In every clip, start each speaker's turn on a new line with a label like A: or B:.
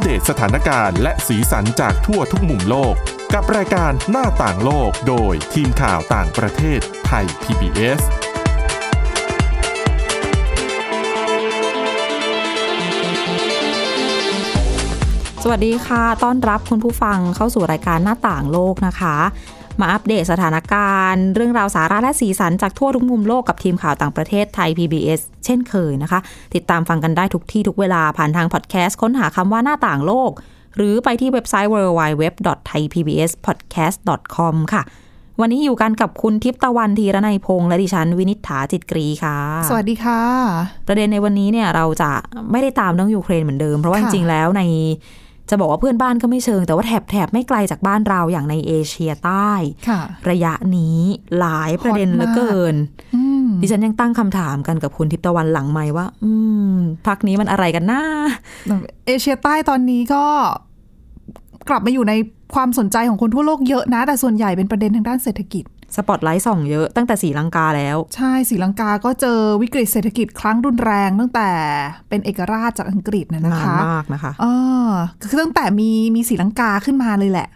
A: เดตสถานการณ์และสีสันจากทั่วทุกมุมโลก กับรายการหน้าต่างโลกโดยทีมข่าวต่างประเทศไทย PBS
B: สวัสดีค่ะ ต้อนรับคุณผู้ฟังเข้าสู่รายการหน้าต่างโลกนะคะ มาอัปเดตสถานการณ์ เรื่องราวสาระและสีสันจากทั่วทุกมุมโลกกับทีมข่าวต่างประเทศไทย PBS เช่นเคยนะคะ ติดตามฟังกันได้ทุกที่ทุกเวลาผ่านทางพอดแคสต์ค้นหาคำว่าหน้าต่างโลก หรือไปที่เว็บไซต์ www.thaipbspodcast.com ค่ะ วันนี้อยู่กันกับคุณทิพย์ตะวันธีรนัยพงษ์และดิฉันวินิษฐาจิตกรีค่ะ
C: สวัสดีค่ะ
B: ประเด็นในวันนี้เนี่ยเราจะไม่ได้ตามเรื่องยูเครนเหมือนเดิม เพราะว่าจ
C: ค่ะ
B: ริงๆแล้วในจะบอกว่าเพื่อนบ้านก็ไม่เชิง แต่ว่าแถบแถบไม่ไกลจากบ้านเราอย่างในเอเชียใต้
C: ค่ะ
B: ระยะนี้หลายประเด็น
C: ฮอต
B: เหลือ
C: มา
B: ก เกิน
C: อืม
B: ดิฉันยังตั้งคำถามกันกับคุณทิพย์ตะวันหลังไหมค์ว่า อืมพักนี้มันอะไรกันนะ
C: เอเชียใต้ตอนนี้ก็กลับมาอยู่ในความสนใจของคนทั่วโลกเยอะนะ แต่ส่วนใหญ่เป็นประเด็นทางด้านเศรษฐกิจ
B: สปอตไลท์ส่องเยอะตั้งแต่สีลังกาแล้ว
C: ใช่ศรีลังกาก็เจอวิกฤตเศรษฐกิจครั้งรุนแรงตั้งแต่เป็นเอกราชจากอังกฤษนะนะ
B: นาน
C: คะ
B: มากนะคะ
C: เออคือตั้งแต่มีมีศรีลังกาขึ้นมาเลยแหละ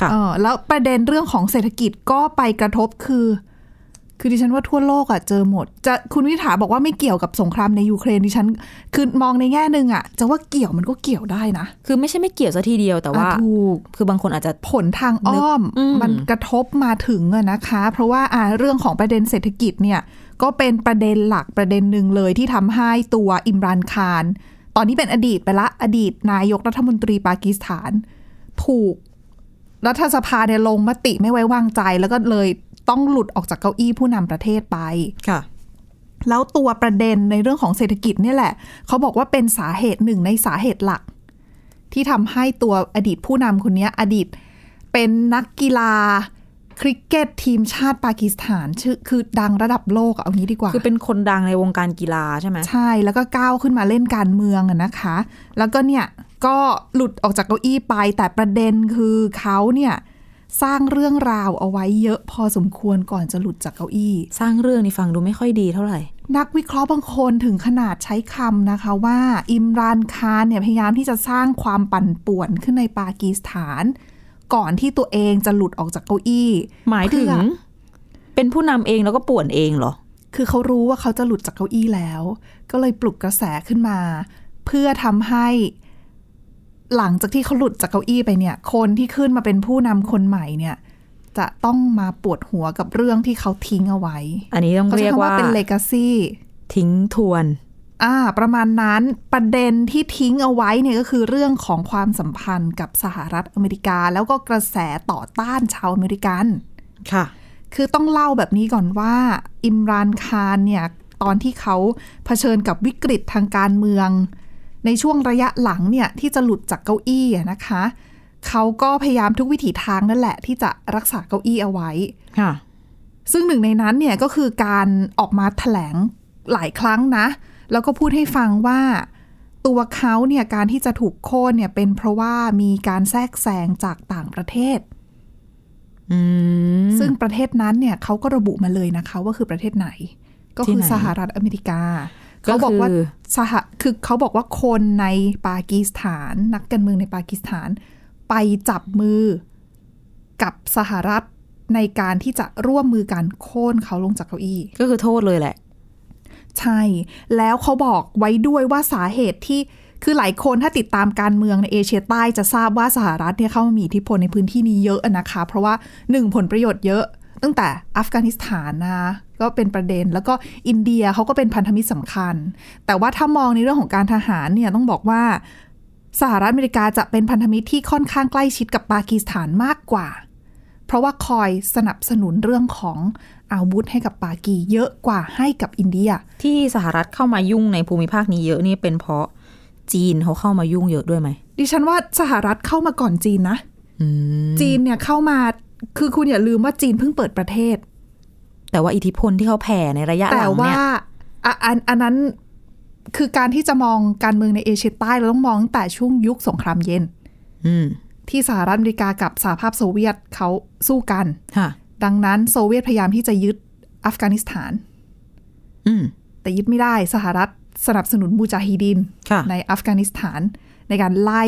B: ค่ะ
C: เออแล้วประเด็นเรื่องของเศรษฐกิจก็ไปกระทบคือ คือดิฉันว่าทั่วโลกอะ่ะเจอหมด จะคุณวิถาบอกว่าไม่เกี่ยวกับสงครามในยูเครนดิฉัน คือมองในแง่หนึ่งอะ่ะ จะว่าเกี่ยวมันก็เกี่ยวได้นะ
B: คือไม่ใช่ไม่เกี่ยวซะทีเดียวแต่ว่า
C: อ่ะถูก
B: คือบางคนอาจจะ
C: ผลทางอ้อม
B: อืม
C: มันกระทบมาถึงอะนะคะ เพราะว่าอ่าเรื่องของประเด็นเศรษฐกิจเนี่ยก็เป็นประเด็นหลักประเด็นหนึ่งเลยที่ทำให้ตัวอิมรันคาน ตอนนี้เป็นอดีตไปละอดีตนายกรัฐมนตรีปากีสถาน ถูกรัฐสภาเนี่ยลงมติไม่ไว้วางใจ แล้วก็เลยต้องหลุดออกจากเก้าอี้ผู้นำประเทศไป
B: ค่ะ
C: แล้วตัวประเด็นในเรื่องของเศรษฐกิจเนี่ยแหละ เขาบอกว่าเป็นสาเหตุหนึ่งในสาเหตุหลัก ที่ทำให้ตัวอดีตผู้นำคนเนี้ยอดีตเป็นนักกีฬาคริกเก็ตทีมชาติปากีสถานชื่อคือดังระดับโลกอะเอางี้ดีกว่า
B: คือเป็นคนดังในวงการกีฬาใช่ไหม
C: ใช่แล้วก็ก้าวขึ้นมาเล่นการเมืองอะนะคะ แล้วก็เนี่ยก็หลุดออกจากเก้าอี้ไป แต่ประเด็นคือเขาเนี่ยสร้างเรื่องราวเอาไว้เยอะพอสมควรก่อนจะหลุดจากเก้าอี้
B: สร้างเรื่องนี่ฟังดูไม่ค่อยดีเท่าไหร่
C: นักวิเคราะห์บางคนถึงขนาดใช้คำนะคะว่า อิมรานคานเนี่ยพยายามที่จะสร้างความปั่นป่วนขึ้นในปากีสถาน ก่อนที่ตัวเองจะหลุดออกจากเก้าอี้
B: หมายถึง
C: เพื่อ
B: เป็นผู้นำเองแล้วก็ป่วนเองเหรอ
C: คือเขารู้ว่าเขาจะหลุดจากเก้าอี้แล้ว ก็เลยปลุกกระแสขึ้นมา เพื่อทำให้ หลังจากที่เขาหลุดจากเก้าอี้ไปเนี่ย คนที่ขึ้นมาเป็นผู้นำคนใหม่เนี่ย จะต้องมาปวดหัวกับเรื่องที่เขาทิ้งเอาไว้
B: อันนี้ต้อง
C: เขา
B: เรีย
C: ใช้
B: ก
C: คำ
B: ว่า
C: ว่าเป็นเลกาซี
B: ทิ้งทวน
C: อ่าประมาณนั้นประเด็นที่ทิ้งเอาไว้เนี่ยก็คือเรื่องของความสัมพันธ์กับสหรัฐอเมริกา แล้วก็กระแสต่อต้านชาวอเมริกัน
B: ค่ะ
C: คือต้องเล่าแบบนี้ก่อนว่า อิมรานคานเนี่ยตอนที่เขาเผชิญกับวิกฤตทางการเมือง ในช่วงระยะหลังเนี่ยที่จะหลุดจากเก้าอี้อะนะคะเขาก็พยายามทุกวิถีทางนั่นแหละ ที่จะรักษาเก้าอี้เอาไว้
B: ค่ะ
C: ซึ่งหนึ่งในนั้นเนี่ยก็คือการออกมาถแถลงหลายครั้งนะ แล้วก็พูดให้ฟังว่า ตัวเขาเนี่ยการที่จะถูกโค่นเนี่ยเป็นเพราะว่ามีการแทรกแซงจากต่างประเทศ
B: อืม
C: ซึ่งประเทศนั้นเนี่ยเขาก็ระบุมาเลยนะคะว่าคือประเทศไหน ก็
B: ที่
C: คือ
B: ไหน
C: สหรัฐอเมริกา
B: ก็คือ
C: เขาบอกว่าสหคือเขาบอกว่าคนในปากีสถาน นักการเมืองในปากีสถาน ไปจับมือกับสหรัฐในการที่จะร่วมมือกันโค่นเขาลงจากเก้าอี้
B: ก็คือโทษเลยแหละ
C: ใช่ แล้วเขาบอกไว้ด้วยว่าสาเหตุที่คือหลายคนถ้าติดตามการเมืองในเอเชียใต้จะทราบว่าสหรัฐเนี่ยเข้ามามีอิทธิพลในพื้นที่นี้เยอะนะคะ เพราะว่าหนึ่งผลประโยชน์เยอะตั้งแต่อัฟกานิสถานนะก็เป็นประเด็น แล้วก็อินเดียเขาก็เป็นพันธมิตรสำคัญ แต่ว่าถ้ามองในเรื่องของการทหารเนี่ยต้องบอกว่าสหรัฐอเมริกาจะเป็นพันธมิตรที่ค่อนข้างใกล้ชิดกับปากีสถานมากกว่า เพราะว่าคอยสนับสนุนเรื่องของอาวุธให้กับปากีเยอะกว่าให้กับอินเดีย
B: ที่สหรัฐเข้ามายุ่งในภูมิภาคนี้เยอะนี่เป็นเพราะจีนเขาเข้ามายุ่งเยอะด้วยไหม
C: ดิฉันว่าสหรัฐเข้ามาก่อนจีนนะ จีนเนี่ยเข้ามาคือคุณอย่าลืมว่าจีนเพิ่งเปิดประเทศ
B: แต่ว่าอิทธิพลที่เขาแผ่ในระยะห
C: แต่
B: ลัง
C: ว่า
B: เนี่ย
C: อ่ะอันอันนั้นคือการที่จะมองการเมืองในเอเชียใต้เราต้องมองตั้งแต่ช่วงยุคสงครามเย็น
B: อืม
C: ที่สหรัฐอเมริกากับสหภาพโซเวียตเขาสู้กัน
B: ค่ะ
C: ดังนั้นโซเวียตพยายามที่จะยึดอัฟกานิสถาน
B: อืม
C: แต่ยึดไม่ได้สหรัฐสนับสนุนมูจาฮิดิน
B: ค่ะ
C: ในอัฟกานิสถาน ในการไล่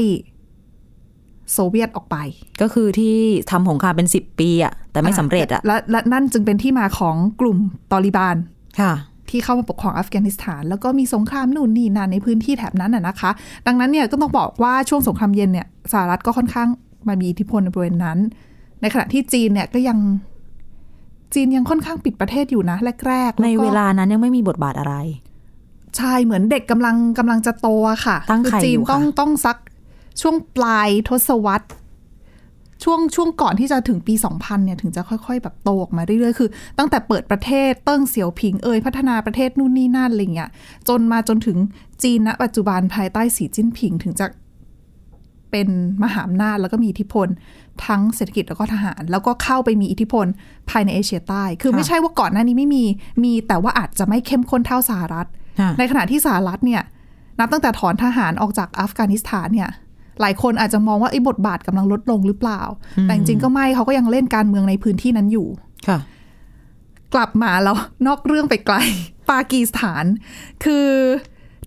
C: โซเวียตออกไป
B: ก็คือที่ทำสงครามเป็น 10 ปีอะแต่ไม่สำเร็จอะ
C: และและนั่นจึงเป็นที่มาของกลุ่มตอริบาน
B: ค่ะ
C: ที่เข้ามาปกครองอัฟกานิสถาน แล้วก็มีสงครามนู่นนี่นั่นในพื้นที่แถบนั้นน่ะนะคะ ดังนั้นเนี่ยก็ต้องบอกว่าช่วงสงครามเย็นเนี่ยสหรัฐก็ค่อนข้างมามีอิทธิพลในบริเวณนั้น ในขณะที่จีนเนี่ยก็ยังจีนยังค่อนข้างปิดประเทศอยู่นะแรกๆ
B: ใน
C: แก็
B: เวลานั้นยังไม่มีบทบาทอะไร
C: ใช่เหมือนเด็กกำลังกำลังจะโตอะค่ะ
B: ตั้งไข่
C: จีน
B: อยู่ค่ะ
C: ต้องต้องสักช่วงปลายทศวรรษ ช่วงช่วงก่อนที่จะถึงปี 2000 เนี่ยถึงจะค่อยๆ แบบโตออกมาเรื่อยๆ คือ ตั้งแต่เปิดประเทศเติ้งเสี่ยวผิงเอ่ยพัฒนาประเทศนู่นนี่นั่นอะไรเงี้ยจนมาจนถึงจีนณปัจจุบันภายใต้สีจิ้นผิงถึงจะเป็นมหาอำนาจแล้วก็มีอิทธิพล ทั้งเศรษฐกิจแล้วก็ทหาร แล้วก็เข้าไปมีอิทธิพลภายในเอเชียใต้ คือ
B: ค่ะ
C: ไม่ใช่ว่าก่อนหน้านี้ไม่มีมีแต่ว่าอาจจะไม่เข้มข้นเท่าสหรัฐ
B: ค่ะ
C: ในขณะที่สหรัฐเนี่ยนับตั้งแต่ถอนทหารออกจากอัฟกานิสถานเนี่ยหลายคนอาจจะมองว่าไอ้บทบาทกำลังลดลงหรือเปล่า แต่จริงๆก็ไม่เขาก็ยังเล่นการเมืองในพื้นที่นั้นอยู่
B: ค่ะ
C: กลับมาแล้ว นอกเรื่องไปไกล ปากีสถาน คือ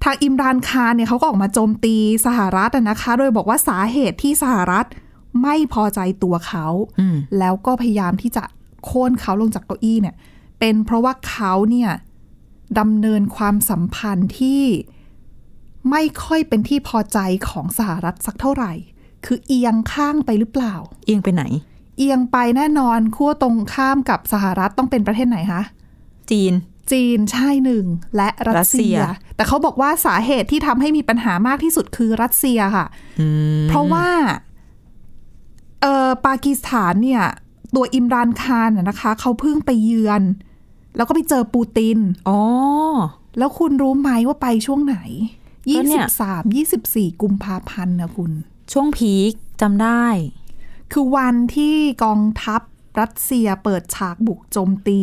C: ทางอิมรานคานเนี่ยเขาก็ออกมาโจมตีสหรัฐอะนะคะ โดยบอกว่าสาเหตุที่สหรัฐไม่พอใจตัวเขา
B: อืม
C: แล้วก็พยายามที่จะโค่นเขาลงจากเก้าอี้เนี่ย เป็นเพราะว่าเขาเนี่ยดำเนินความสัมพันธ์ที่ไม่ค่อยเป็นที่พอใจของสหรัฐสักเท่าไหร่ คือเอียงข้างไปหรือเปล่า
B: เอียงไปไหน
C: เอียงไปแน่นอนขั้วตรงข้ามกับสหรัฐต้องเป็นประเทศไหนคะ
B: จีน
C: จีนใช่หนึ่งและรัสเซีย
B: รัสเซีย
C: แต่เขาบอกว่าสาเหตุที่ทำให้มีปัญหามากที่สุดคือรัสเซียค่ะ
B: อืม
C: เพราะว่าเออปากีสถานเนี่ย ตัวอิมรานคานน่ะนะคะ เขาเพิ่งไปเยือน แล้วก็ไปเจอปูติน
B: อ๋อ
C: แล้วคุณรู้ไหมว่าไปช่วงไหน
B: ก็เนี่ย
C: 23 24 กุมภาพันธ์นะคุณ
B: ช่วงพีคจำได้
C: คือวันที่กองทัพรัสเซียเปิดฉากบุกโจมตี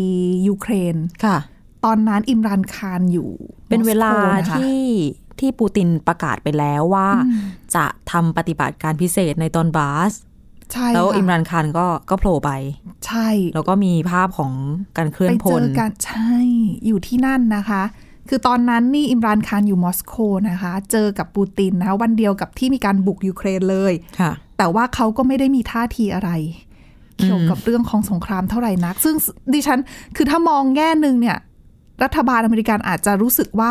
C: ยูเครน
B: ค่ะ
C: ตอนนั้นอิมรานคานอยู่
B: เป็นเวลา
C: โมสโกนะคะ
B: ที่ที่ปูตินประกาศไปแล้วว่า จะทำปฏิบัติการพิเศษในตอนบาส
C: ใช่
B: แล้ว
C: ค่ะ
B: อิมรันคานก็ก็โผล่ไป
C: ใช่
B: แล้วก็มีภาพของการเคลื่อ
C: ไป
B: นพ
C: เจ
B: ล
C: อกันใช่อยู่ที่นั่นนะคะ คือตอนนั้นนี่อิมรานคานอยู่มอสโกนะคะ เจอกับปูตินนะคะวันเดียวกับที่มีการบุกยูเครนเลย
B: ค่ะ
C: แต่ว่าเขาก็ไม่ได้มีท่าทีอะไร เกี่ยวกับเรื่องของสงครามเท่าไหร่นัก ซึ่งดิฉันคือถ้ามองแง่หนึ่งเนี่ย รัฐบาลอเมริกันอาจจะรู้สึกว่า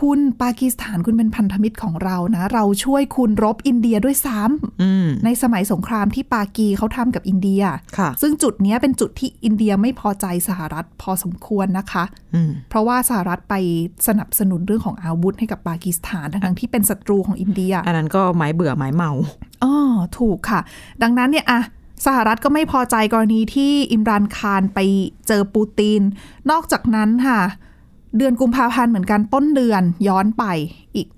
C: คุณปากีสถานคุณเป็นพันธมิตรของเรานะ เราช่วยคุณรบอินเดียด้วยซ้ำ
B: อืม
C: ในสมัยสงครามที่ปากีเขาทำกับอินเดีย
B: ค่ะ
C: ซึ่งจุดเนี้ยเป็นจุดที่อินเดียไม่พอใจสหรัฐพอสมควรนะคะ
B: อืม
C: เพราะว่าสหรัฐไปสนับสนุนเรื่องของอาวุธให้กับปากีสถานทั้งๆที่เป็นศัตรูของอินเดีย
B: อันนั้นก็ไม้เบื่อไม้เมา
C: อ๋อถูกค่ะ ดังนั้นเนี่ยอะสหรัฐก็ไม่พอใจกรณีที่อิมรันคานไปเจอปูติน นอกจากนั้นค่ะ เดือนกุมภาพันธ์เหมือนกันต้นเดือนย้อนไปอีก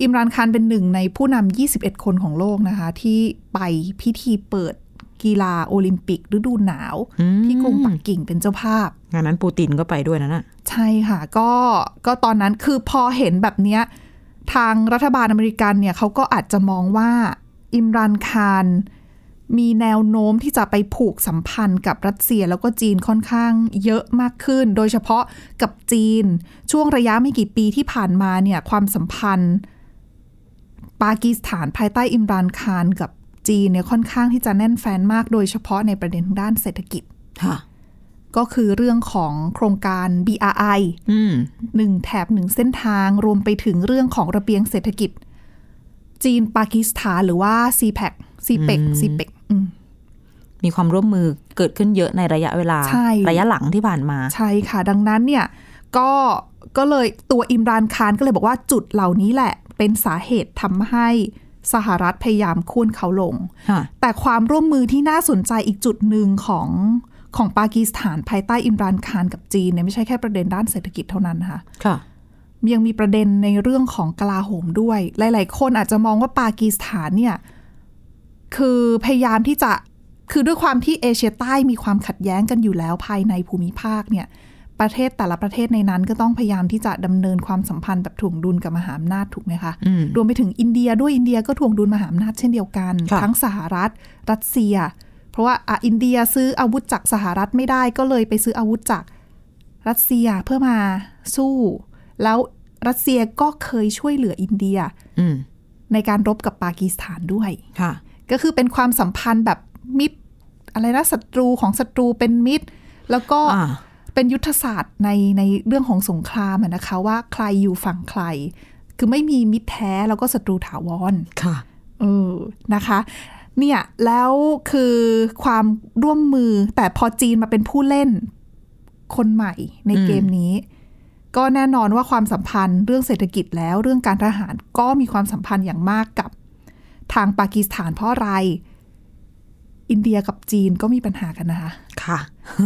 C: อิมรันคานเป็นหนึ่งในผู้นำ 21 คนของโลกนะคะ ที่ไปพิธีเปิดกีฬาโอลิมปิกฤดูหนาว
B: อืม
C: ที่กรุงปักกิ่งเป็นเจ้าภาพ
B: งานนั้นปูตินก็ไปด้วยนะน่ะ
C: ใช่ค่ะก็ก็ตอนนั้นคือพอเห็นแบบเนี้ยทางรัฐบาลอเมริกันเนี่ยเขาก็อาจจะมองว่าอิมรันคานมีแนวโน้มที่จะไปผูกสัมพันธ์กับรัสเซียแล้วก็จีนค่อนข้างเยอะมากขึ้น โดยเฉพาะกับจีน ช่วงระยะไม่กี่ปีที่ผ่านมาเนี่ยความสัมพันธ์ ปากีสถานภายใต้อิมรันคานกับจีนเนี่ยค่อนข้างที่จะแน่นแฟนมาก โดยเฉพาะในประเด็นทางด้านเศรษฐกิจ
B: ค่ะ
C: ก็คือเรื่องของโครงการ BRI
B: อืม
C: หนึ่งแถบหนึ่งเส้นทางรวมไปถึงเรื่องของระเบียงเศรษฐกิจ จีนปากีสถานหรือว่า c p e c c p e c c p e c อืม
B: มีความร่วมมือเกิดขึ้นเยอะในระยะเวลา
C: ใช่
B: ระยะหลังที่ผ่านมา
C: ใช่ค่ะ ดังนั้นเนี่ยก็ก็เลยตัวอิมรานคานก็เลยบอกว่าจุดเหล่านี้แหละ เป็นสาเหตุทำให้สหรัฐพยายามโค่นเขาลง
B: ค่ะ
C: แต่ความร่วมมือที่น่าสนใจอีกจุดหนึ่งของของปากีสถานภายใต้อิมรานคานกับจีนเนี่ยไม่ใช่แค่ประเด็นด้านเศรษฐกิจเท่านั้นนะคะ
B: ค่ะ
C: ยังมีประเด็นในเรื่องของกลาโหมด้วย หลาย ๆ คนอาจจะมองว่าปากีสถานเนี่ย คือพยายามที่จะ คือด้วยความที่เอเชียใต้มีความขัดแย้งกันอยู่แล้วภายในภูมิภาคเนี่ย ประเทศแต่ละประเทศในนั้นก็ต้องพยายามที่จะดำเนินความสัมพันธ์แบบถ่วงดุลกับมหาอำนาจถูกไหมคะ
B: อืม
C: รวมไปถึงอินเดียด้วยอินเดียก็ถ่วงดุลมหาอำนาจเช่นเดียวกัน
B: ค่ะ
C: ทั้งสหรัฐ รัสเซีย เพราะว่าอ่ะอินเดียซื้ออาวุธจากสหรัฐไม่ได้ก็เลยไปซื้ออาวุธจาก รัสเซียเพื่อมาสู้ แล้วรัสเซียก็เคยช่วยเหลืออินเดีย
B: อืม
C: ในการรบกับปากีสถานด้วย
B: ค่ะ
C: ก็คือเป็นความสัมพันธ์แบบมิตรอะไรนะศัตรูของศัตรูเป็นมิตร แล้วก็
B: อ่า
C: เป็นยุทธศาสตร์ในในเรื่องของสงครามอะนะคะว่าใครอยู่ฝั่งใคร คือไม่มีมิตรแท้แล้วก็ศัตรูถาวร
B: ค่ะ
C: เออนะคะ เนี่ยแล้วคือความร่วมมือแต่พอจีนมาเป็นผู้เล่นคนใหม่ใน
B: อืม
C: เกมนี้ ก็แน่นอนว่าความสัมพันธ์เรื่องเศรษฐกิจแล้วเรื่องการทหารก็มีความสัมพันธ์อย่างมากกับทางปากีสถานเพราะอะไร อินเดียกับจีนก็มีปัญหากันนะคะ
B: ค่ะ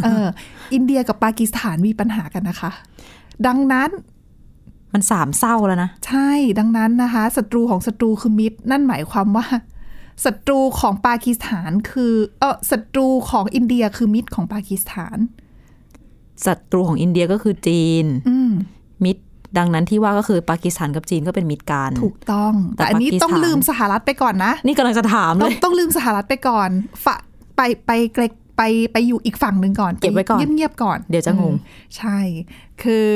C: เออ อินเดียกับปากีสถานมีปัญหากันนะคะ ดังนั้น
B: มันสามเศร้าแล้วนะ
C: ใช่ดังนั้นนะคะศัตรูของศัตรูคือมิตร นั่นหมายความว่าศัตรูของปากีสถานคือเออศัตรูของอินเดียคือมิตรของปากีสถาน
B: ศัตรูของอินเดียก็คือจีน
C: อืม
B: มิตร ดังนั้นที่ว่าก็คือปากีสถานกับจีนก็เป็นมิตรกัน
C: ถูกต้อง
B: แต่
C: แต่อันนี้
B: ปากีสถาน
C: ต้องลืมสหรัฐไปก่อนนะ
B: นี่กำลังจะถามเล
C: ต้อง
B: ย
C: ต้องลืมสหรัฐไปก่อนฝะไปไปเกรกไปไปอยู่อีกฝั่งหนึ่งก่อน
B: เก็บไว้ก่อน
C: เงียบๆก่อน
B: เดี๋ยวจะงง
C: อืมใช่ คือ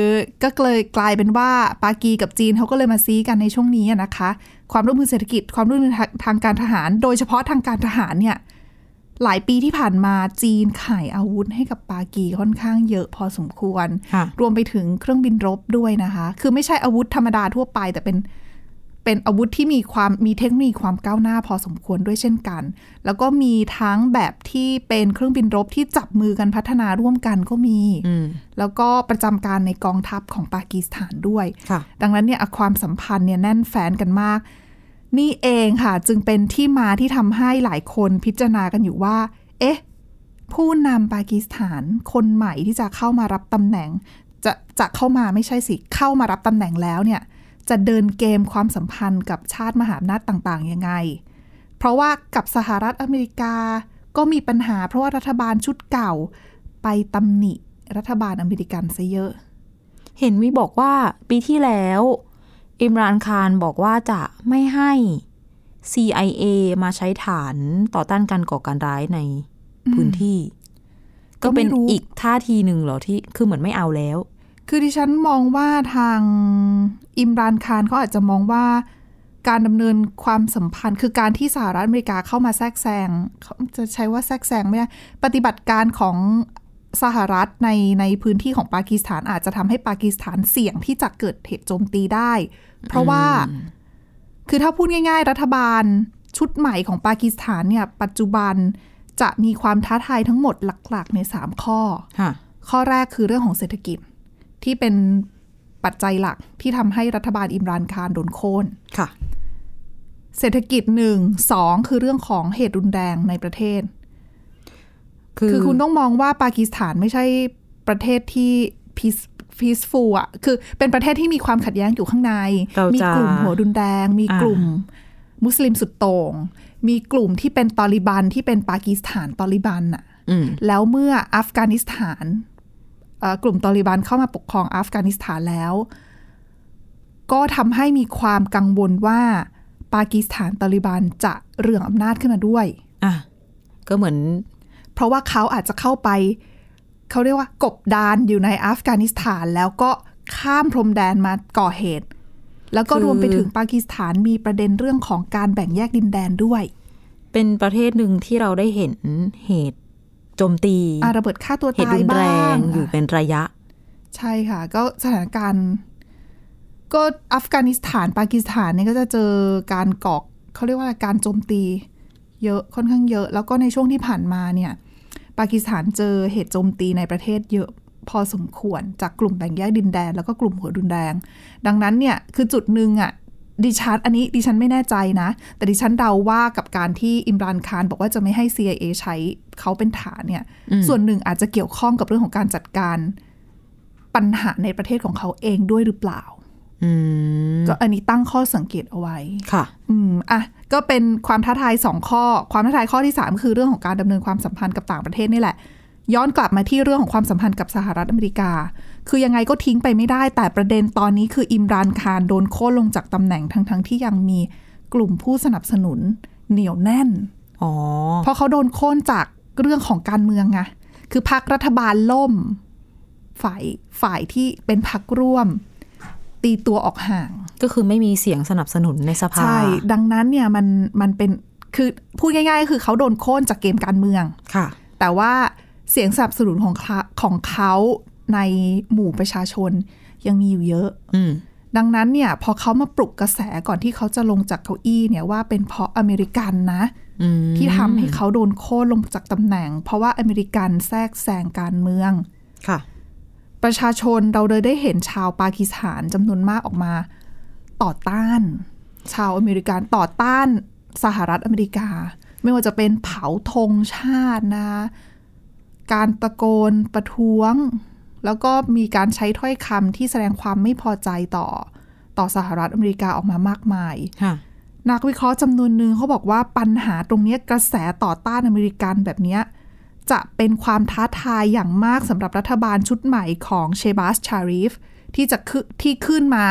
C: ก็เลยกลายเป็นว่าปากีกับจีนเขาก็เลยมาซีกันในช่วงนี้อะนะคะ ความร่วมมือเศรษฐกิจความร่วมมือทางทางการทหาร โดยเฉพาะทางการทหารเนี่ย หลายปีที่ผ่านมาจีนขายอาวุธให้กับปากีค่อนข้างเยอะพอสมควร
B: ค่ะ
C: รวมไปถึงเครื่องบินรบด้วยนะคะ คือไม่ใช่อาวุธธรรมดาทั่วไป แต่เป็นเป็นอาวุธที่มีความมีเทคโนโลยีความก้าวหน้าพอสมควรด้วยเช่นกัน แล้วก็มีทั้งแบบที่เป็นเครื่องบินรบที่จับมือกันพัฒนาร่วมกันก็มี
B: อืม
C: แล้วก็ประจำการในกองทัพของปากีสถานด้วย
B: ค่ะ
C: ดังนั้นเนี่ยความสัมพันธ์เนี่ยแน่นแฟนกันมาก นี่เองค่ะ จึงเป็นที่มาที่ทำให้หลายคนพิจารณากันอยู่ว่า เอ๊ะ ผู้นำปากีสถานคนใหม่ที่จะเข้ามารับตำแหน่ง จะจะเข้ามาไม่ใช่สิเข้ามารับตำแหน่งแล้วเนี่ย จะเดินเกมความสัมพันธ์กับชาติมหาอำนาจต่างๆยังไง เพราะว่ากับสหรัฐอเมริกาก็มีปัญหา เพราะว่ารัฐบาลชุดเก่าไปตำหนิรัฐบาลอเมริกันซะเยอะ
B: เห็นมีบอกว่าปีที่แล้ว อิมรานคารบอกว่าจะไม่ให้ CIA มาใช้ฐานต่อต้านการก่อการร้ายในพื้นที่
C: ก็
B: ก็
C: ไม่
B: เป็น
C: รู้
B: อีกท่าทีหนึ่งเหรอที่คือเหมือนไม่เอาแล้ว
C: คือดิฉันมองว่าทางอิมรานคารเขาอาจจะมองว่าการดำเนินความสัมพันธ์ คือการที่สหรัฐอเมริกาเข้ามาแทรกแซงเขาจะใช้ว่าแทรกแซงไม่ได้ปฏิบัติการของสหรัฐในในพื้นที่ของปากีสถานอาจจะทำให้ปากีสถานเสี่ยงที่จะเกิดเหตุโจมตีได้ เพราะว่า คือถ้าพูดง่าย ๆ รัฐบาลชุดใหม่ของปากีสถานเนี่ยปัจจุบันจะมีความท้าทายทั้งหมดหลัก ๆ ใน 3 ข้อ
B: ค่ะ
C: ข้อแรกคือเรื่องของเศรษฐกิจที่เป็นปัจจัยหลักที่ทำให้รัฐบาลอิมรานคารโดนโค่น
B: ค่ะ
C: เศรษฐกิจหนึ่งสองคือเรื่องของเหตุรุนแรงในประเทศ
B: คือ
C: คือคุณต้องมองว่าปากีสถานไม่ใช่ประเทศที่ peace- peaceful อ่ะคือเป็นประเทศที่มีความขัดแย้งอยู่ข้างใน
B: เรา
C: มี
B: จะ
C: กลุ่มหัวรุนแรง มี
B: อ่าก ก
C: ลุ่มมุสลิมสุดโต่งมีกลุ่มที่เป็นตอริบันที่เป็นปากีสถานตอริบันอ่ะ
B: อืม
C: แล้วเมื่ออัฟกานิสถานเอ่อกลุ่มตอริบันเข้ามาปกครองอัฟกานิสถานแล้ว ก็ทำให้มีความกังวลว่า ปากีสถานตอริบันจะเรื่องอำนาจขึ้นมาด้วย
B: อ่ะ ก็เหมือน
C: เพราะว่าเขาอาจจะเข้าไป เขาเรียกว่ากบดานอยู่ในอัฟกานิสถานแล้วก็ข้ามพรมแดนมาก่อเหตุ แล้วก็รวมไปถึงปากีสถานมีประเด็นเรื่องของการแบ่งแยกดินแดนด้วย
B: เป็นประเทศหนึ่งที่เราได้เห็นเหตุโจมตี
C: อาระเบิดฆ่าตัว
B: เหตุ
C: ตาย
B: รุนแร
C: บ้าง ง
B: อยู่เป็นระยะ
C: ใช่ค่ะ ก็สถานการณ์ ก็อัฟกานิสถานปากีสถานเนี่ยก็จะเจอการกอกเขาเรียกว่าอะไรการโจมตี เยอะค่อนข้างเยอะ แล้วก็ในช่วงที่ผ่านมาเนี่ย ปากีสถานเจอเหตุโจมตีในประเทศเยอะพอสมควรจากกลุ่มแบ่งแยกดินแดน แล้วก็กลุ่มหัวรุนแรง ดังนั้นเนี่ยคือจุดหนึ่งอะดิฉันอันนี้ดิฉันไม่แน่ใจนะ แต่ดิฉันเดาว่ากับการที่อิมรันคารบอกว่าจะไม่ให้ CIA ใช้เขาเป็นฐานเนี่ย ส่วนหนึ่งอาจจะเกี่ยวข้องกับเรื่องของการจัดการ ปัญหาในประเทศของเขาเองด้วยหรือเปล่า
B: อืม
C: ก็อันนี้ตั้งข้อสังเกตเอาไว้
B: ค่ะ
C: อืมอ่ะก็เป็นความท้าทายสองข้อ ความท้าทายข้อที่สามคือเรื่องของการดำเนินความสัมพันธ์กับต่างประเทศนี่แหละ ย้อนกลับมาที่เรื่องของความสัมพันธ์กับสหรัฐอเมริกา คือยังไงก็ทิ้งไปไม่ได้ แต่ประเด็นตอนนี้คืออิมรานคารโดนโค่นลงจากตำแหน่งทั้งๆที่ยังมีกลุ่มผู้สนับสนุนเหนียวแน่น
B: อ๋อ
C: เพราะเขาโดนโค่นจากเรื่องของการเมืองไง คือพักรัฐบาลล่ม ฝ่ายฝ่ายที่เป็นพักร่วม ตีตัวออกห่าง
B: ก็คือไม่มีเสียงสนับสนุนในสภา
C: ใช่ ดังนั้นเนี่ยมันมันเป็น คือพูดง่ายๆก็คือเขาโดนโค่นจากเกมการเมือง
B: ค่ะ
C: แต่ว่าเสียงสนับสนุนของเขาของเขาในหมู่ประชาชนยังมีอยู่เยอะ
B: อืม
C: ดังนั้นเนี่ยพอเขามาปลุกกระแสก่อนที่เขาจะลงจากเก้าอี้เนี่ยว่าเป็นเพราะอเมริกันนะ
B: อืม
C: ที่ทำให้เขาโดนโค่นลงจากตำแหน่ง เพราะว่าอเมริกันแทรกแซงการเมือง
B: ค่ะ
C: ประชาชนเราเลยได้เห็นชาวปากีสถานจำนวนมากออกมา ต่อต้าน ชาวอเมริกันต่อต้านสหรัฐอเมริกา ไม่ว่าจะเป็นเผาธงชาตินะ การตะโกนประท้วง แล้วก็มีการใช้ถ้อยคำที่แสดงความไม่พอใจต่อ ต่อสหรัฐอเมริกาออกมามากมาย
B: ค่ะ
C: นักวิเคราะห์จำนวนหนึ่งเขาบอกว่าปัญหาตรงเนี้ยกระแสต่อต้านอเมริกันแบบเนี้ยจะเป็นความท้าทายอย่างมากสำหรับรัฐบาลชุดใหม่ของเชบาสชารีฟที่จะขึ้นที่ขึ้นมา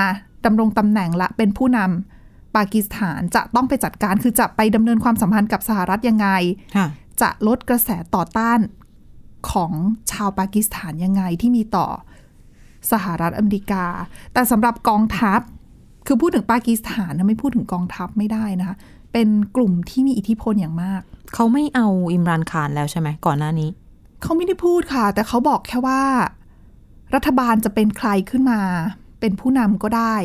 C: ดำรงตำแหน่งและเป็นผู้นำปากีสถานจะต้องไปจัดการคือจะไปดำเนินความสัมพันธ์กับสหรัฐยังไง
B: ค่ะ
C: จะลดกระแสต่อต้านของชาวปากีสถานยังไงที่มีต่อสหรัฐอเมริกา แต่สำหรับกองทัพ คือพูดถึงปากีสถานนะไม่พูดถึงกองทัพไม่ได้นะคะ เป็นกลุ่มที่มีอิทธิพลอย่างมาก
B: เขาไม่เอาอิมรันคานแล้วใช่ไหมก่อนหน้านี้
C: เขาไม่ได้พูดค่ะ แต่เขาบอกแค่ว่า รัฐบาลจะเป็นใครขึ้นมา เป็นผู้นำก็ได้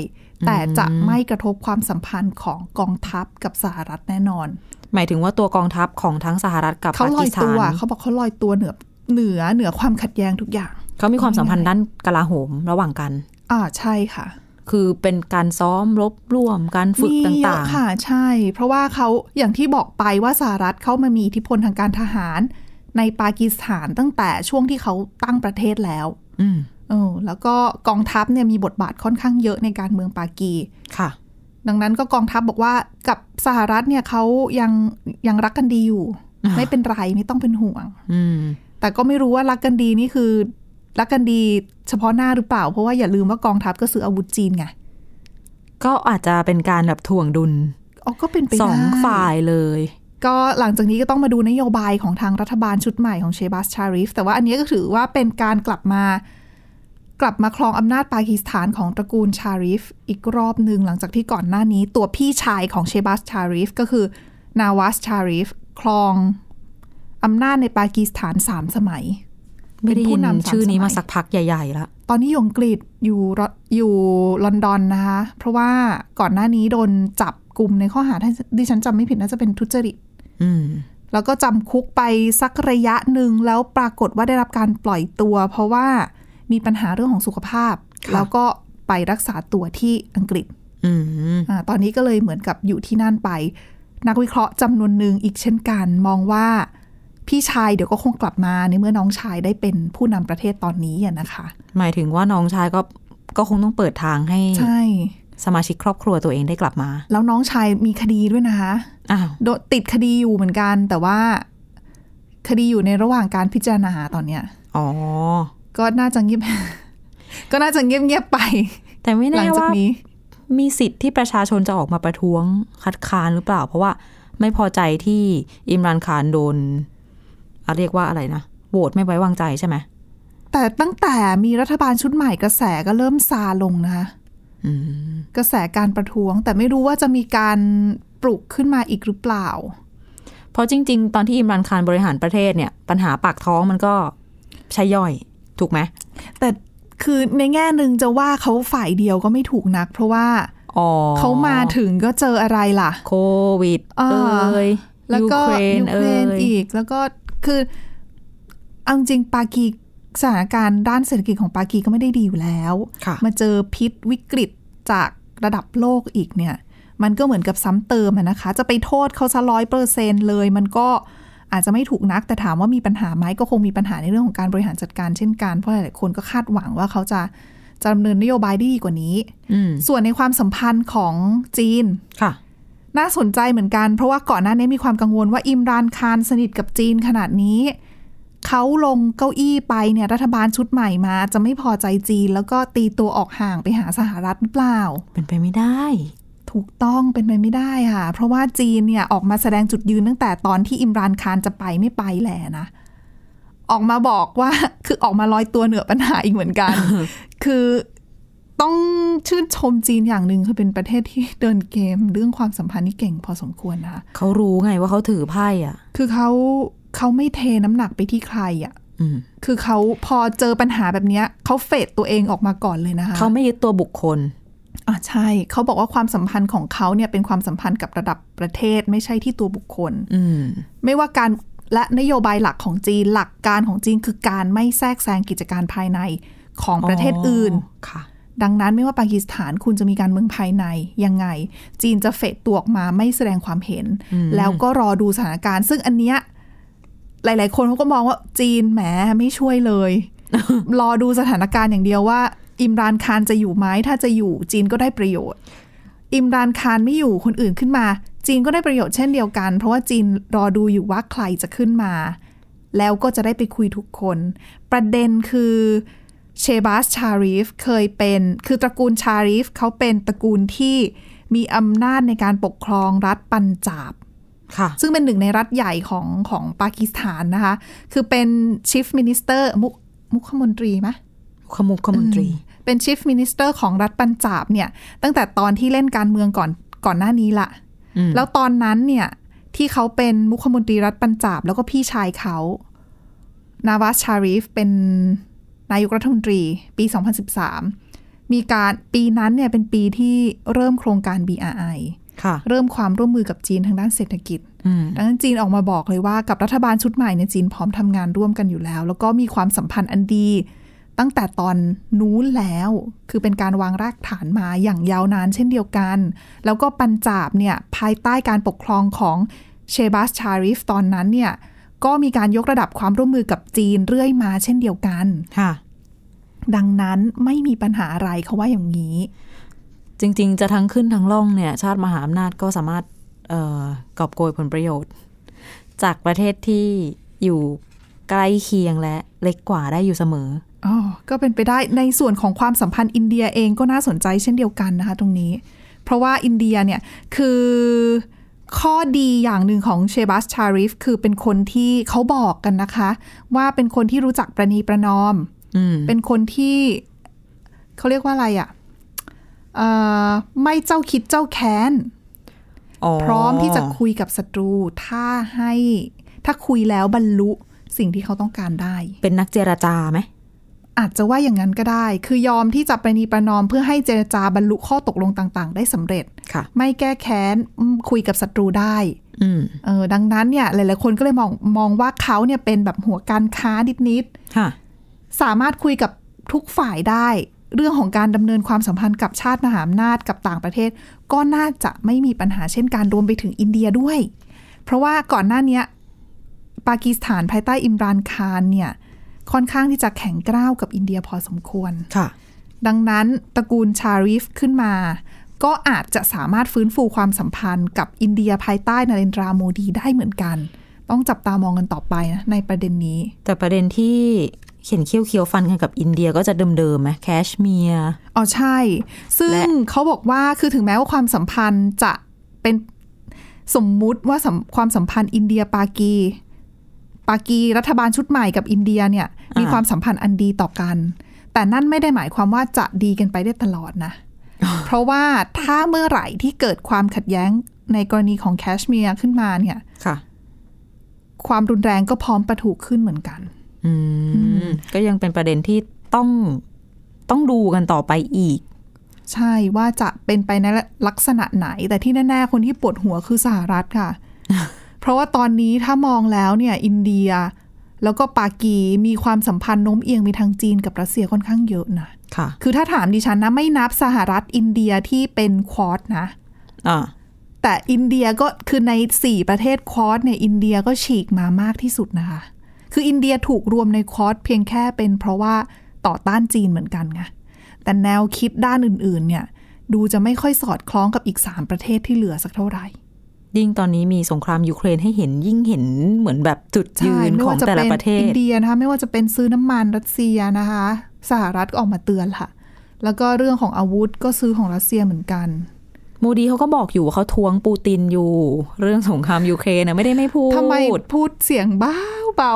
C: แต่จะไม่กระทบความสัมพันธ์ของกองทัพกับสหรัฐแน่นอน
B: หมายถึงว่าตัวกองทัพของทั้งสหรัฐกับ
C: เขา
B: ปา
C: ลอ
B: กี
C: ย
B: สถา
C: ตั
B: น
C: วเขาบอกเขาลอยตัวเหนือเหนือเหนือความขัดแย้งทุกอย่าง
B: เขามีความสัมพันธ์ด้านกลาโหมระหว่างกัน
C: อ่าใช่ค่ะ
B: คือเป็นการซ้อมรบร่วมการฝึก
C: มี
B: ต
C: เยอะ
B: ่าง
C: ค่ะใช่ เพราะว่าเขาอย่างที่บอกไปว่าสหรัฐเขามามีอิทธิพลทางการทหารในปากีสถานตั้งแต่ช่วงที่เขาตั้งประเทศแล้ว
B: ๆ อืม
C: เออแล้วก็กองทัพเนี่ยมีบทบาทค่อนข้างเยอะในการเมืองปากี
B: ค่ะ
C: ดังนั้นก็กองทัพบอกว่ากับสหรัฐเนี่ยเขายังยังรักกันดีอยู่
B: อ่า
C: ไม่เป็นไรไม่ต้องเป็นห่วง
B: อืม
C: แต่ก็ไม่รู้ว่ารักกันดีนี่คือรักกันดีเฉพาะหน้าหรือเปล่า เพราะว่าอย่าลืมว่ากองทัพก็ซื้ออาวุธจีนไง
B: ก็อาจจะเป็นการแบบถ่วงดุล
C: อ๋อก็เป็นไป
B: สอง
C: ได้
B: ฝ่ายเลย
C: ก็หลังจากนี้ก็ต้องมาดูนโยบายของทางรัฐบาลชุดใหม่ของเชบัสชาริฟแต่ว่าอันนี้ก็ถือว่าเป็นการกลับมา กลับมาครองอำนาจปากีสถานของตระกูลชาริฟอีกรอบหนึ่งหลังจากที่ก่อนหน้านี้ ตัวพี่ชายของเชบัสชาริฟก็คือนาวาสชาริฟครองอำนาจในปากีสถานสามสมัย
B: ไม่ได้ยิน
C: เป็นผู้นำสาม
B: ชื่อนี้มา
C: สมัย
B: สักพักใหญ่ๆละ
C: ตอนนี้อยู่อังกฤษอยู่รอยู่ลอนดอนนะคะเพราะว่าก่อนหน้านี้โดนจับกลุ่มในข้อหาถ้าดิฉันจำไม่ผิดน่าจะเป็นทุจริต
B: อืม
C: แล้วก็จำคุกไปสักระยะหนึ่งแล้วปรากฏว่าได้รับการปล่อยตัว เพราะว่ามีปัญหาเรื่องของสุขภาพ
B: ค่ะ
C: แล้วก็ไปรักษาตัวที่อังกฤษ
B: อืม
C: อาตอนนี้ก็เลยเหมือนกับอยู่ที่นั่นไป นักวิเคราะห์จำนวนหนึ่งอีกเช่นกัน มองว่าพี่ชายเดี๋ยวก็คงกลับมาในเมื่อน้องชายได้เป็นผู้นำประเทศตอนนี้อะนะคะ
B: หมายถึงว่าน้องชายก็ก็คงต้องเปิดทางให้
C: ใช่
B: สมาชิกครอบครัวตัวเองได้กลับมา
C: แล้วน้องชายมีคดีด้วยนะคะ
B: อ้าว
C: โดนติดคดีอยู่เหมือนกัน แต่ว่าคดีอยู่ในระหว่างการพิจารณาตอนเนี้ย
B: อ๋อ
C: ก็น่าจะเงียบ ก็น่าจะเงียบๆไป
B: แต่ไม่
C: หลั
B: แน่
C: งจาก
B: ว่า
C: นี้
B: มีสิทธิ์ที่ประชาชนจะออกมาประท้วงคัดค้านหรือเปล่า เพราะว่าไม่พอใจที่อิมรันคานโดนอ่ะเรียกว่าอะไรนะโหวตไม่ไว้วางใจใช่ไหม
C: แต่ตั้งแต่มีรัฐบาลชุดใหม่กระแสก็เริ่มซาลงนะคะ
B: อืม
C: กระแสการประท้วง แต่ไม่รู้ว่าจะมีการปลุกขึ้นมาอีกหรือเปล่า
B: เพราะจริง ๆ ตอนที่อิมรันคานบริหารประเทศเนี่ย ปัญหาปากท้องมันก็ใช่ย่อย ถูกไหม
C: แต่คือในแง่หนึ่งจะว่าเขาฝ่ายเดียวก็ไม่ถูกนัก เพราะว่า
B: อ๋อ
C: เขามาถึงก็เจออะไรล่ะ
B: โควิด
C: อ่า
B: เอ่ย
C: แล้วก็
B: ยูเครน
C: ยูเค
B: เอ่
C: ร
B: ย
C: นอีกแล้วก็คือเอาจริงปากีสถานการณ์ด้านเศรษฐกิจของปากีก็ไม่ได้ดีอยู่แล้ว
B: ค่ะ
C: มาเจอพิษวิกฤตจากระดับโลกอีกเนี่ย มันก็เหมือนกับซ้ำเติมอะนะคะ จะไปโทษเขาซะร้อยเปอร์เซนเลย มันก็อาจจะไม่ถูกนัก แต่ถามว่ามีปัญหาไหมก็คงมีปัญหาในเรื่องของการบริหารจัดการเช่นกัน เพราะหลายๆคนก็คาดหวังว่าเขาจะจะดำเนินนโยบายได้ดีกว่านี้
B: อืม
C: ส่วนในความสัมพันธ์ของจีน
B: ค่ะ
C: น่าสนใจเหมือนกัน เพราะว่าก่อนหน้านี้มีความกังวลว่าอิมรานคานสนิทกับจีนขนาดนี้ เขาลงเก้าอี้ไปเนี่ยรัฐบาลชุดใหม่มาจะไม่พอใจจีน แล้วก็ตีตัวออกห่างไปหาสหรัฐหรือเปล่า
B: เป็นไปไม่ได้
C: ถูกต้องเป็นไปไม่ได้ค่ะ เพราะว่าจีนเนี่ยออกมาแสดงจุดยืนตั้งแต่ตอนที่อิมรานคานจะไปไม่ไปแหละนะ ออกมาบอกว่า คือออกมาลอยตัวเหนือปัญหาอีกเหมือนกัน คือ ต้องชื่นชมจีนอย่างหนึ่งคือเป็นประเทศที่เดินเกม เรื่องความสัมพันธ์นี่เก่งพอสมควรนะคะ
B: เขารู้ไงว่าเขาถือไพ่อ่ะ
C: คือเขาเขาไม่เทน้ำหนักไปที่ใครอ่ะ
B: อืม
C: คือเขาพอเจอปัญหาแบบเนี้ยเขาเฟดตัวเองออกมาก่อนเลยนะคะ
B: เขาไม่ยึดตัวบุคคล
C: อ่ะใช่เขาบอกว่าความสัมพันธ์ของเขาเนี่ยเป็นความสัมพันธ์กับระดับประเทศไม่ใช่ที่ตัวบุคคล
B: อืม
C: ไม่ว่าการและนโยบายหลักของจีนหลักการของจีนคือการไม่แทรกแซงกิจการภายในของประเทศอื่น
B: ค่ะ
C: ดังนั้นไม่ว่าปากีสถานคุณจะมีการเมืองภายในยังไง จีนจะเฟดตัวออกมาไม่แสดงความเห็น แล้วก็รอดูสถานการณ์ ซึ่งอันเนี้ยหลาย ๆ คนเขาก็มองว่าจีนแหมไม่ช่วยเลย รอดูสถานการณ์อย่างเดียวว่า อิมรานคานจะอยู่ไหมถ้าจะอยู่ จีนก็ได้ประโยชน์ อิมรานคานไม่อยู่คนอื่นขึ้นมา จีนก็ได้ประโยชน์เช่นเดียวกัน เพราะว่าจีนรอดูอยู่ว่าใครจะขึ้นมา แล้วก็จะได้ไปคุยทุกคน ประเด็นคือเชบาสชารีฟเคยเป็น คือตระกูลชารีฟเขาเป็นตระกูลที่มีอำนาจในการปกครองรัฐปัญจาบ
B: ค่ะ
C: ซึ่งเป็นหนึ่งในรัฐใหญ่ของของปากีสถานนะคะ คือเป็น Chief Minister มุขมุขมนตรีไหม
B: ขมุกขมนตรี
C: เป็น Chief Minister ของรัฐปัญจาบเนี่ย ตั้งแต่ตอนที่เล่นการเมืองก่อนก่อนหน้านี้ละ
B: อืม
C: แล้วตอนนั้นเนี่ย ที่เขาเป็นมุขมนตรีรัฐปัญจาบ แล้วก็พี่ชายเขา นาวาสชารีฟเป็นนายกรัฐมนตรีปี 2013 มีการปีนั้นเนี่ยเป็นปีที่เริ่มโครงการ BRI
B: ค่ะ
C: เริ่มความร่วมมือกับจีนทางด้านเศรษฐกิจ
B: อืม
C: ดังนั้นจีนออกมาบอกเลยว่ากับรัฐบาลชุดใหม่เนี่ยจีนพร้อมทำงานร่วมกันอยู่แล้ว แล้วก็มีความสัมพันธ์อันดี ตั้งแต่ตอนนู้นแล้ว คือเป็นการวางรากฐานมาอย่างยาวนานเช่นเดียวกัน แล้วก็ปัญจาบเนี่ยภายใต้การปกครองของเชบาสชาริฟตอนนั้นเนี่ยก็มีการยกระดับความร่วมมือกับจีนเรื่อยมาเช่นเดียวกัน
B: ค่ะ
C: ดังนั้นไม่มีปัญหาอะไรเขาว่าอย่างนี้
B: จริง ๆ จะทั้งขึ้นทั้งล่องเนี่ย ชาติมหาอำนาจก็สามารถเอ่อกอบโกยผลประโยชน์ จากประเทศที่อยู่ใกล้เคียงและเล็กกว่าได้อยู่เสมอ
C: อ๋อ ก็เป็นไปได้ในส่วนของความสัมพันธ์อินเดียเองก็น่าสนใจเช่นเดียวกันนะคะตรงนี้ เพราะว่าอินเดียเนี่ยคือข้อดีอย่างหนึ่งของเชบัสชาริฟคือเป็นคนที่เขาบอกกันนะคะ ว่าเป็นคนที่รู้จักประนีประนอม
B: อืม
C: เป็นคนที่เขาเรียกว่าอะไรอะ่ะเอ่อไม่เจ้าคิดเจ้าแค้น พร้อมที่จะคุยกับศัตรู ถ้าให้ถ้าคุยแล้วบรรลุสิ่งที่เขาต้องการได้
B: เป็นนักเจรจาไหม
C: อาจจะว่าอย่างนั้นก็ได้ คือยอมที่จะประนีประนอมเพื่อให้เจรจาบรรลุข้อตกลงต่างๆ ได้สำเร็จ
B: ค่ะ
C: ไม่แก้แค้นอืมคุยกับศัตรูได้
B: อืม
C: เออดังนั้นเนี่ยหลายๆคนก็เลยมองมองว่าเขาเนี่ยเป็นแบบหัวการค้านิด
B: ค่ะ
C: ๆสามารถคุยกับทุกฝ่ายได้ เรื่องของการดำเนินความสัมพันธ์กับชาติมหาอำนาจกับต่างประเทศ ก็น่าจะไม่มีปัญหาเช่นการรวมไปถึงอินเดียด้วย เพราะว่าก่อนหน้าเนี้ยปากีสถานภายใต้อิมรานคานเนี่ยค่อนข้างที่จะแข็งกร้าวกับอินเดียพอสมควร
B: ค่ะ
C: ดังนั้นตระกูลชาริฟขึ้นมา ก็อาจจะสามารถฟื้นฟูความสัมพันธ์กับอินเดียภายใต้นาเรนทราโมดีได้เหมือนกัน ต้องจับตามองกันต่อไปนะในประเด็นนี้
B: แต่ประเด็นที่เขียนเคี้ยวเคี้ยวฟันกันกับอินเดียก็จะเดิมๆไหมแคชเมียร์
C: อ๋อใช่ ซึ่ง
B: และ
C: เขาบอกว่าคือถึงแม้ว่าความสัมพันธ์จะเป็นสมมุติว่าสัมความสัมพันธ์อินเดียปากี ปากีรัฐบาลชุดใหม่กับอินเดียเนี่ยมีความสัมพันธ์อันดีต่อกัน แต่นั่นไม่ได้หมายความว่าจะดีกันไปได้ตลอดนะ เพราะว่าถ้าเมื่อไหร่ที่เกิดความขัดแย้งในกรณีของแคชเมียร์ขึ้นมาเนี่ย
B: ค่ะ
C: ความรุนแรงก็พร้อมประทุขึ้นเหมือนกัน
B: อืม ก็ยังเป็นประเด็นที่ต้องต้องดูกันต่อไปอีก
C: ใช่ว่าจะเป็นไปในลักษณะไหน แต่ที่แน่ๆ คนที่ปวดหัวคือสหรัฐค่ะ เพราะว่าตอนนี้ถ้ามองแล้วเนี่ย อินเดีย แล้วก็ปากีมีความสัมพันธ์โน้มเอียงไปทางจีนกับรัสเซียค่อนข้างเยอะนะ
B: ค่ะ
C: คือถ้าถามดิฉันนะ ไม่นับสหรัฐอินเดียที่เป็นควอดนะ
B: อ่า
C: แต่อินเดียก็คือใน 4 ประเทศควอดเนี่ยอินเดียก็ฉีกมามากที่สุดนะคะ คืออินเดียถูกรวมในควอดเพียงแค่เป็นเพราะว่าต่อต้านจีนเหมือนกันไงแต่แนวคิดด้านอื่นๆ เนี่ย ดูจะไม่ค่อยสอดคล้องกับอีก 3 ประเทศที่เหลือสักเท่าไหร่
B: ยิ่งตอนนี้มีสงครามยูเครนให้เห็นยิ่งเห็นเหมือนแบบจุดยื
C: ใช่
B: น
C: ไม่
B: ของ
C: ว่าจ
B: แต่ละประเทศ
C: อินเดียนะคะไม่ว่าจะเป็นซื้อน้ำมันรัสเซียนะคะ สหรัฐก็ออกมาเตือนค่ะ แล้วก็เรื่องของอาวุธก็ซื้อของรัสเซียเหมือนกัน
B: โมดีเขาก็บอกอยู่ว่าเขาทวงปูตินอยู่ เรื่องสงครามยูเครนนะไม่ได้ไม่พูด
C: ทำไมพูดเสียงเบาเบา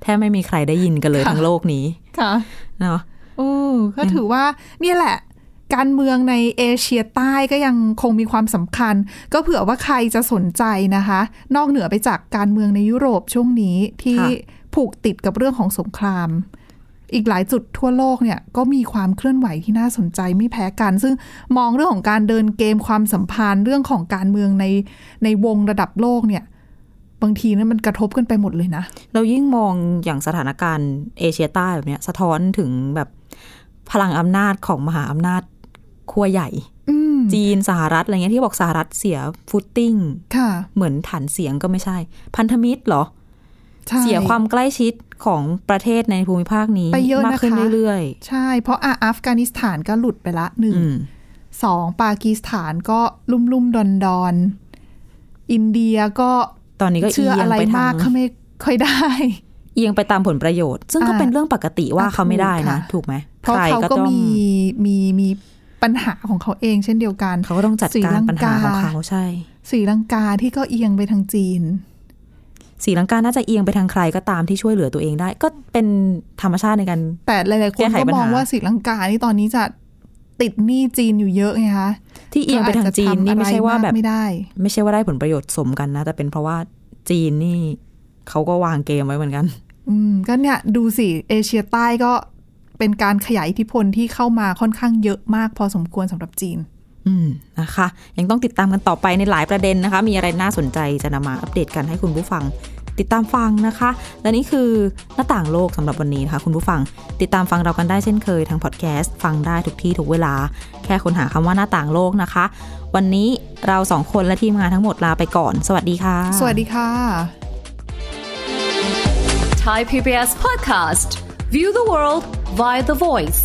B: แทบไม่มีใครได้ยินกันเลยทั้งโลกนี้
C: ๆค่ะ
B: เนาะ
C: โอ้ก็ถือว่าเนี่ยแหละ การเมืองในเอเชียใต้ก็ยังคงมีความสำคัญ ก็เผื่อว่าใครจะสนใจนะคะ นอกเหนือไปจากการเมืองในยุโรปช่วงนี้ที่
B: ค่ะ
C: ผูกติดกับเรื่องของสงคราม อีกหลายจุดทั่วโลกเนี่ยก็มีความเคลื่อนไหวที่น่าสนใจไม่แพ้กัน ซึ่งมองเรื่องของการเดินเกมความสัมพันธ์เรื่องของการเมืองในในวงระดับโลกเนี่ย บางทีเนั้นมันกระทบกันไปหมดเลยนะ
B: เรายิ่งมองอย่างสถานการณ์เอเชียใต้แบบเนี้ยสะท้อนถึงแบบพลังอำนาจของมหาอำนาจขั้วใหญ่
C: อืม
B: จีนสหรัฐอะไรเงี้ยที่บอกสหรัฐเสียฟุตติ้ง
C: ค่ะ
B: เหมือนฐานเสียงก็ไม่ใช่ พันธมิตรเหรอ
C: ใช่
B: เสียความใกล้ชิดของประเทศในภูมิภาคนี้
C: ไปเยอะ
B: มากขึ้น
C: นะคะ
B: เรื่อย
C: ใช่ เพราะอ่ะอัฟกานิสถานก็หลุดไปละห
B: ๆ
C: นึ่ง
B: อืม
C: สองปากีสถานก็ลุ่มลุ่มดอนดอนๆอินเดียก็
B: ตอนนี้ก็เอี
C: เชื่อยอะ
B: ง
C: ไร
B: ไปทาม
C: างกเขาไม่ค่อยได้
B: เอียงไปตามผลประโยชน์ ซึ่งก็
C: อ่า
B: เป็นเรื่องปกติว่า
C: อ่ะ
B: เขาไม่ได้
C: ถูกค่ะ
B: นะ ถูกไหม
C: เพราะ
B: ใค
C: เขาก็
B: ต้อง
C: มีมีมีปัญหาของเขาเองเช่นเดียวกัน
B: เขาก็ต้องจัด
C: ศรี
B: การ
C: ลังกา
B: ปัญหาของเขาใช่
C: ศรีลังกาที่ก็เอียงไปทางจีน
B: สีลังกาน่าจะเอียงไปทางใครก็ตามที่ช่วยเหลือตัวเองได้ ก็เป็นธรรมชาติในการ
C: แต่หลายๆ ค
B: แก้
C: น
B: ไข
C: ก็
B: ปัญ
C: ม
B: หา
C: องว่าศรีลังกานี่ตอนนี้จะติดหนี้จีนอยู่เยอะไงคะ
B: ที่เอียงไปทางจีนนี่ไม่ใช่ว่าแบบ
C: ก็อจจะทำอะไรกไม่ได้
B: ไม่ใช่ว่าได้ผลประโยชน์สมกันนะ แต่เป็นเพราะว่าจีนนี่เขาก็วางเกมไว้เหมือนกัน
C: อืมก็เนี่ยดูสิเอเชียใต้ก็เป็นการขยายอิทธิพลที่เข้ามาค่อนข้างเยอะมากพอสมควรสำหรับจีน
B: อืมนะคะ ยังต้องติดตามกันต่อไปในหลายประเด็นนะคะ มีอะไรน่าสนใจจะนำมาอัปเดตกันให้คุณผู้ฟัง ติดตามฟังนะคะ และนี่คือหน้าต่างโลกสำหรับวันนี้นะคะคุณผู้ฟัง ติดตามฟังเรากันได้เช่นเคยทางพอดแคสต์ฟังได้ทุกที่ทุกเวลา แค่ค้นหาคำว่าหน้าต่างโลกนะคะ วันนี้เราสองคนและทีมงานทั้งหมดลาไปก่อน สวัสดีค่ะ
C: สวัสดีค่ะ
D: Thai PBS podcast. View the world via the voice.